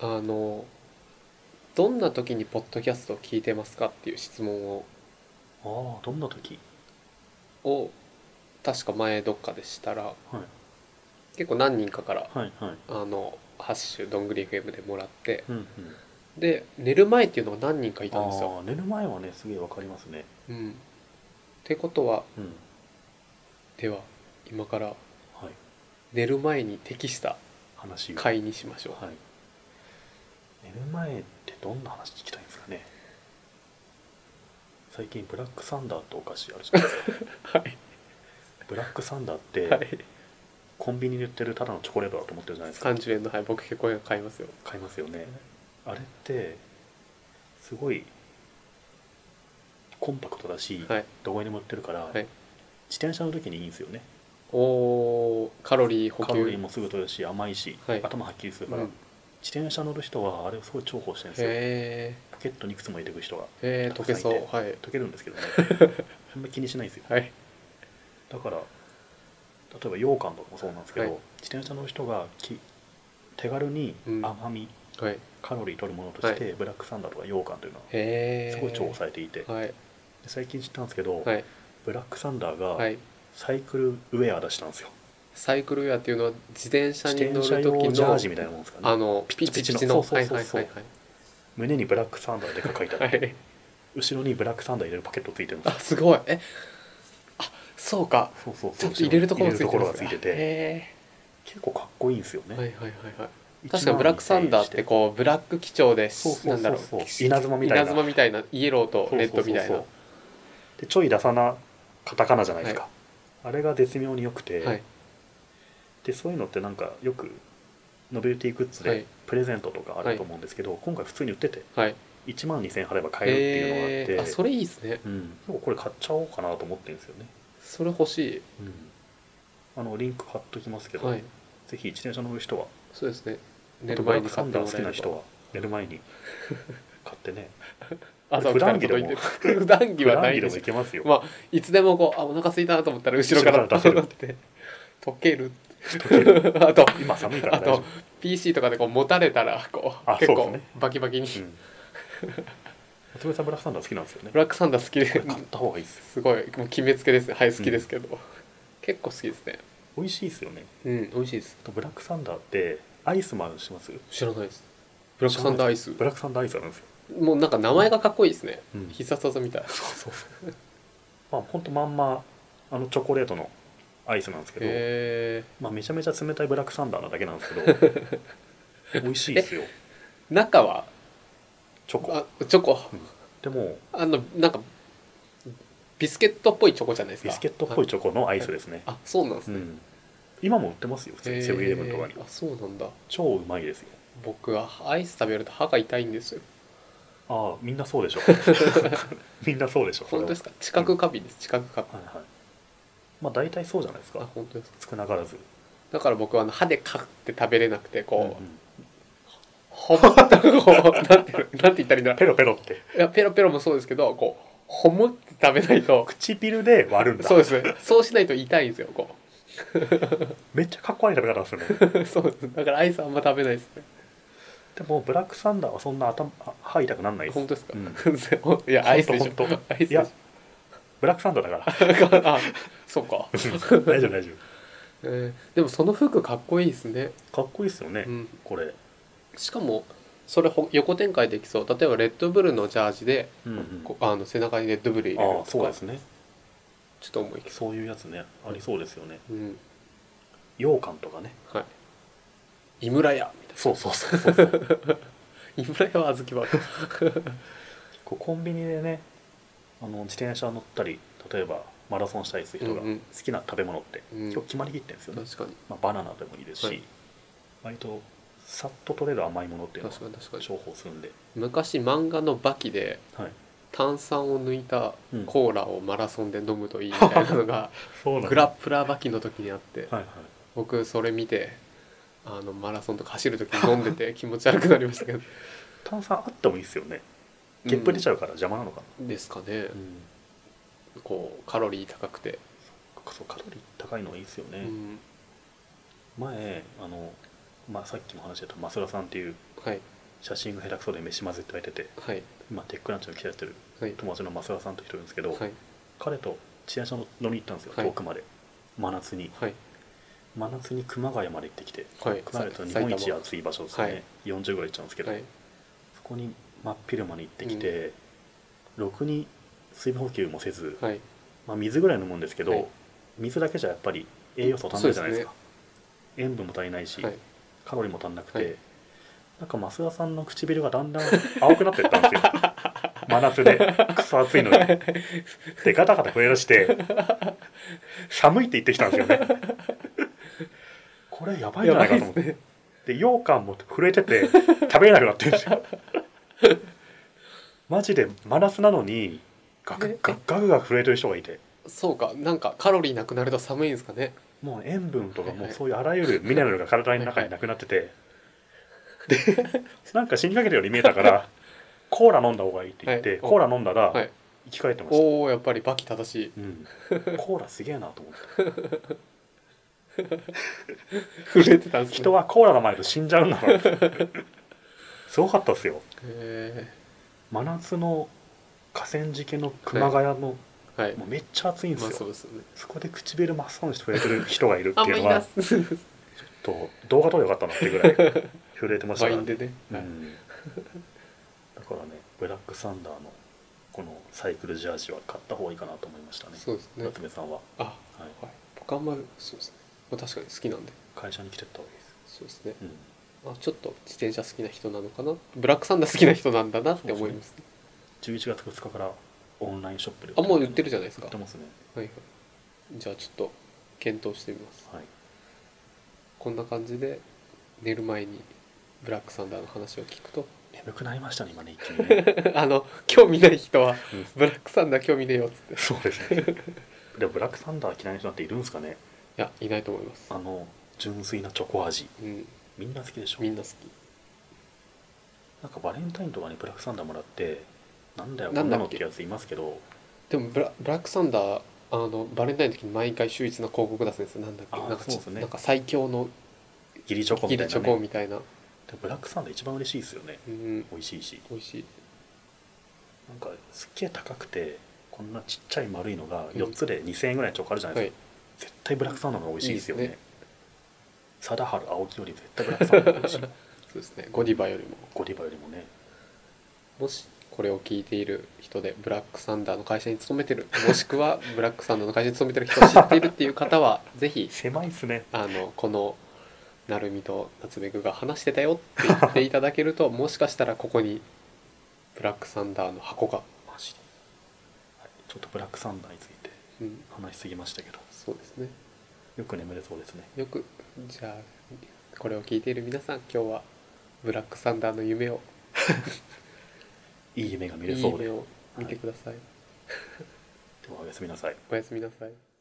あのどんな時にポッドキャストを聞いてますかっていう質問をああどんな時を確か前どっかでしたらはい結構何人かからはいはい「あのハッシュどんぐり FM」でもらってうんうんで寝る前っていうのが何人かいたんですよ。ああ寝る前はねすげえわかりますねうん、ってことはうんでは今からはい寝る前に適した話を回にしましょう。はい寝る前ってどんな話聞きたいんですかね最近ブラックサンダーってお菓子あるじゃないですか はい、ブラックサンダーっはてい、コンビニに売ってるただのチョコレートだと思ってるじゃないですか30円の、はい、僕結構買いますよ。買いますよねあれってすごいコンパクトだし、はいどこにでも売ってるから、はい自転車の時にいいんですよねおーカロリー補カロリー給。もすぐ取れるし甘いし、はい頭はっきりするうから、ん自転車乗る人はあれをすごい重宝してるんですよへポケットにいくつも入れていく人がえ、へえ、溶けそう。はい。溶けるん ですけどねあんまり気にしないんですよはい。だから例えば羊羹とかもそうなんですけど、はい自転車の人がき手軽にうん甘み、はい。カロリー取るものとして、ブラックサンダーとか羊羹というのはへえ。すごい重宝されていて、はい。で最近知ったんですけど、はい。ブラックサンダーはがい。サイクルウェア出したんですよ、サイクルウェアっていうのは自転車自に乗転る時車用のジャージみたいなもんですかあねのピピチピチピチチののそうそうそうそうはいはい胸にブラックサンダーでか書いてあはいはるい、はい、後ろにブラックサンダー入れるパケットついてるんであすよすごいえあそうかそうそうちそゃうんと入れるところもついてる入れるところがついててへ結構かっこいいんですよえね、はいはいはいはい一万確かにブラックサンダーってこうブラック基調でそうそうそうなんだろうそう稲妻みたいな稲妻みたいなイエローとレッドみたいなそうそうそうそうでちょい出さなカタカナじゃないですか、あれが絶妙に良くて、はいでそういうのってなんかよくノベルティグッズはいでプレゼントとかあると思うんですけど、今回普通に売っててはい1万2000円払えば買えるっていうのがあって、へえあそれいいですねうん、結構これ買っちゃおうかなと思ってるんですよね、それ欲しあのリンク貼っときますけいど、はいぜひ自転車乗る人はそうですね寝あとるブ前ラッにクサ買ってンダもーらえれ好きなば人は寝る前に買っ てね朝起きたら届いてる普段着普はな段い着ででもしいょけますよ、まあいつでもこうあお腹空いたなと思ったら後ろから後ろから出せる出て溶ける あと今寒いからあ大丈と PC とかでこう持たれたらこうあ結そ構うですバキバキに、夫、うん、松部さんブラックサンダー好きなんですよねブラックサンダー好きこでれ買った方がいいですよすごいもう決めつけですねはい好きですけど、結構好きですね美味しいですよねうん美味しいですあとブラックサンダーってアイスもあるのしますブ知らないですブラックサンダーアイスラックサンダーアイスあるんですよ、もうなんか名前がかっこいいですね、うん必殺技みたいそうそうそうまあほんとまんまあのチョコレートのアイスなんですけど、へえまあ、めちゃめちゃ冷たいブラックサンダーなだけなんです けど美味しいですよ中はチョコあチョコでもあのなんかビスケットっぽいチョコじゃないですかビスケットっぽいチチョコのアイスですね、ョコあそうなんですうね、ん、今も売ってますよ普通へにーセブンイレブンとかにあそうなんだ超うまいですよ僕はアイス食べると歯が痛いんですよああみんなそう でしょみんなそうでしょそ本れは当ですか知覚過敏です知覚過敏はいはいまあ大体そうじゃないですあか本当ですか少なからずだから僕はあの歯でかって食べれなくてこう、うんうんほむっとこう なんていうのなんて言ったらいいんだろペロペロってういやペロペロもそうですけどこうほむって食べないと唇で割るんだそうですねそうしないと痛いんですよこめっちゃかっこ悪い食べ方です よねう そうですだからアイスあんま食べないですねでもブラックサンダーはそんな頭あ歯痛くなんないです本当ですか、うん いやアイスでし本当ょ本アイスでいしょやブラックサンダーだか らあそうか、大丈夫大丈えーでもその服かっこいいですね、夫かっこいいですよね、うん、これ、しかもそれほ横展開できそう例えばレッドブルのジャージで、うんこあの背中にレッドブル入れあるあとそうかでちすねょっと思いきそそういうやつねありそうですよねう、うん羊羹とかねはい、井村屋 みたいそうそうそうそうそう結な井村屋は小豆バー構コンビニでねあの自転車乗ったり例えばマラソンしたりする人がうんうん好きな食べ物って、うん今日決まりきってるんですよね、確かにまあ、バナナでもいいですし、はい割とさっと取れる甘いものっていうのは確かに確かに重宝するんで、昔漫画の「バキ」ではい、炭酸を抜いたうんコーラをマラソンで飲むといいみたいなのがそうグラップラーバキの時にあってはいはい僕それ見てあのマラソンとか走る時に飲んでて気持ち悪くなりましたけど炭酸あってもいいですよねゲップ出ちゃゃうから邪魔なのかな、うんですかねうんこうカロリー高くて、そうカロリー高いのがいいですよね、うん前あのまあ、さっきも話したと増田さんっていうはい写真が下手くそで飯まずって言われててはい今テックランチの記者やってるはい友達の増田さんという人いるんですけど、はい彼とチア車の飲みに行ったんですよ、はい遠くまで真夏にはい真夏に熊谷まで行ってきてはい熊谷と日本一暑い場所ですよね、はい40ぐらい行っちゃうんですけど、はいそこに真っ昼間に行ってきて、ろくに水分補給もせず、はいまあ、水ぐらい飲むんですけど、はい水だけじゃやっぱり栄養素足んないじゃないですかそ塩分も足りないし、はいカロリーも足んなくて、はいなんか増田さんの唇がだんだん青くなってったんですよ 真夏でくそ暑いのにでガタガタ震え出して寒いって言ってきたんですよねこれやばいんじゃないかと思ってやばいっで羊羹も震えてて食べれなくなってる んですよマジで真夏なのにガクガクガクガク震えてる人がいてそうかなんかカロリーなくなると寒いんですかねもう塩分とかはいもはういそういうあら ゆるミネラルが体の中になくなっててでなんか死にかけたように見え たからコーラ飲んだ方がいいって言って、はいコーラ飲んだらはい生き返ってました、おおやっぱりバキ正しいうん、コーラすげえなと思って震えてたんですね人はコーラの前と死んじゃうん だなってすごかったっすよへ真夏の河川敷の熊谷の、ーはいもうめっちゃ暑いんでまあすそよ、うですよねそこで唇真っ青にして震えてる人がいるってあんいまうりのはなちすょっと動画撮ればよかったなってぐらい震えてましたワかイらンねでねう、ん だからねブラックサンダーのこのサイクルジャージは買った方がいいかなと思いましたねそうですね夏目さんは、あはい、はい僕あんまりそうですねまあ確かに好きなんで会社に来てった方がいいです、そうですねうん、あちょっと自転車好きな人なのかなブラックサンダー好きな人なんだなって思いますね11月2日からオンラインショップであもう売ってるじゃないですか売ってますねはいはいじゃあちょっと検討してみますはいこんな感じで寝る前にブラックサンダーの話を聞くと 眠くなりましたね今ね一気にねあの興味ない人はうんブラックサンダー興味ねえよっつっていそうですね でもブラックサンダー嫌いな人なんているんですかねやいないと思いますあの純粋なチョコ味うんみんな好きでしょみんな好なんかバレンタインとかにブラックサンダーもらってなんだよこなんんだなっけのってやついますけどきでもブラブラックサンダーあのバレンタインの時に毎回秀逸な広告出すんですよなんだっけあーなんかそうちですねなんか最強のギリチョコみギたいリチな、ね、ョコみたいな、でもブラックサンダー一番嬉しいですよねうん美味しいし美味しいなんかすっげえ高くてこんなちっちゃい丸いのがうん4つで2000円ぐらいのチョコあるじゃないはでいすか、絶対ブラックサンダーの方が美味しいですよねいいです貞治青木より絶対ブラックサンダーが 美味しいそうですねゴディバよりもゴディバよりもねもしこれを聞いている人でブラックサンダーの会社に勤めてるもしくは ブラックサンダーの会社に勤めてる人を知っているっていう方はぜひ狭いっすねあのこのなるみと夏目くんが話してたよって言っていただけるともしかしたらここにブラックサンダーの箱が、マジで、はい、ちょっとブラックサンダーについてうん、話しすぎましたけどそうですねよく眠れそうですねよくじゃあこれを聞いている皆さん今日はブラックサンダーの夢をいい夢が見いれいそうで夢を見てください、ではおやすみなさいおやすみなさい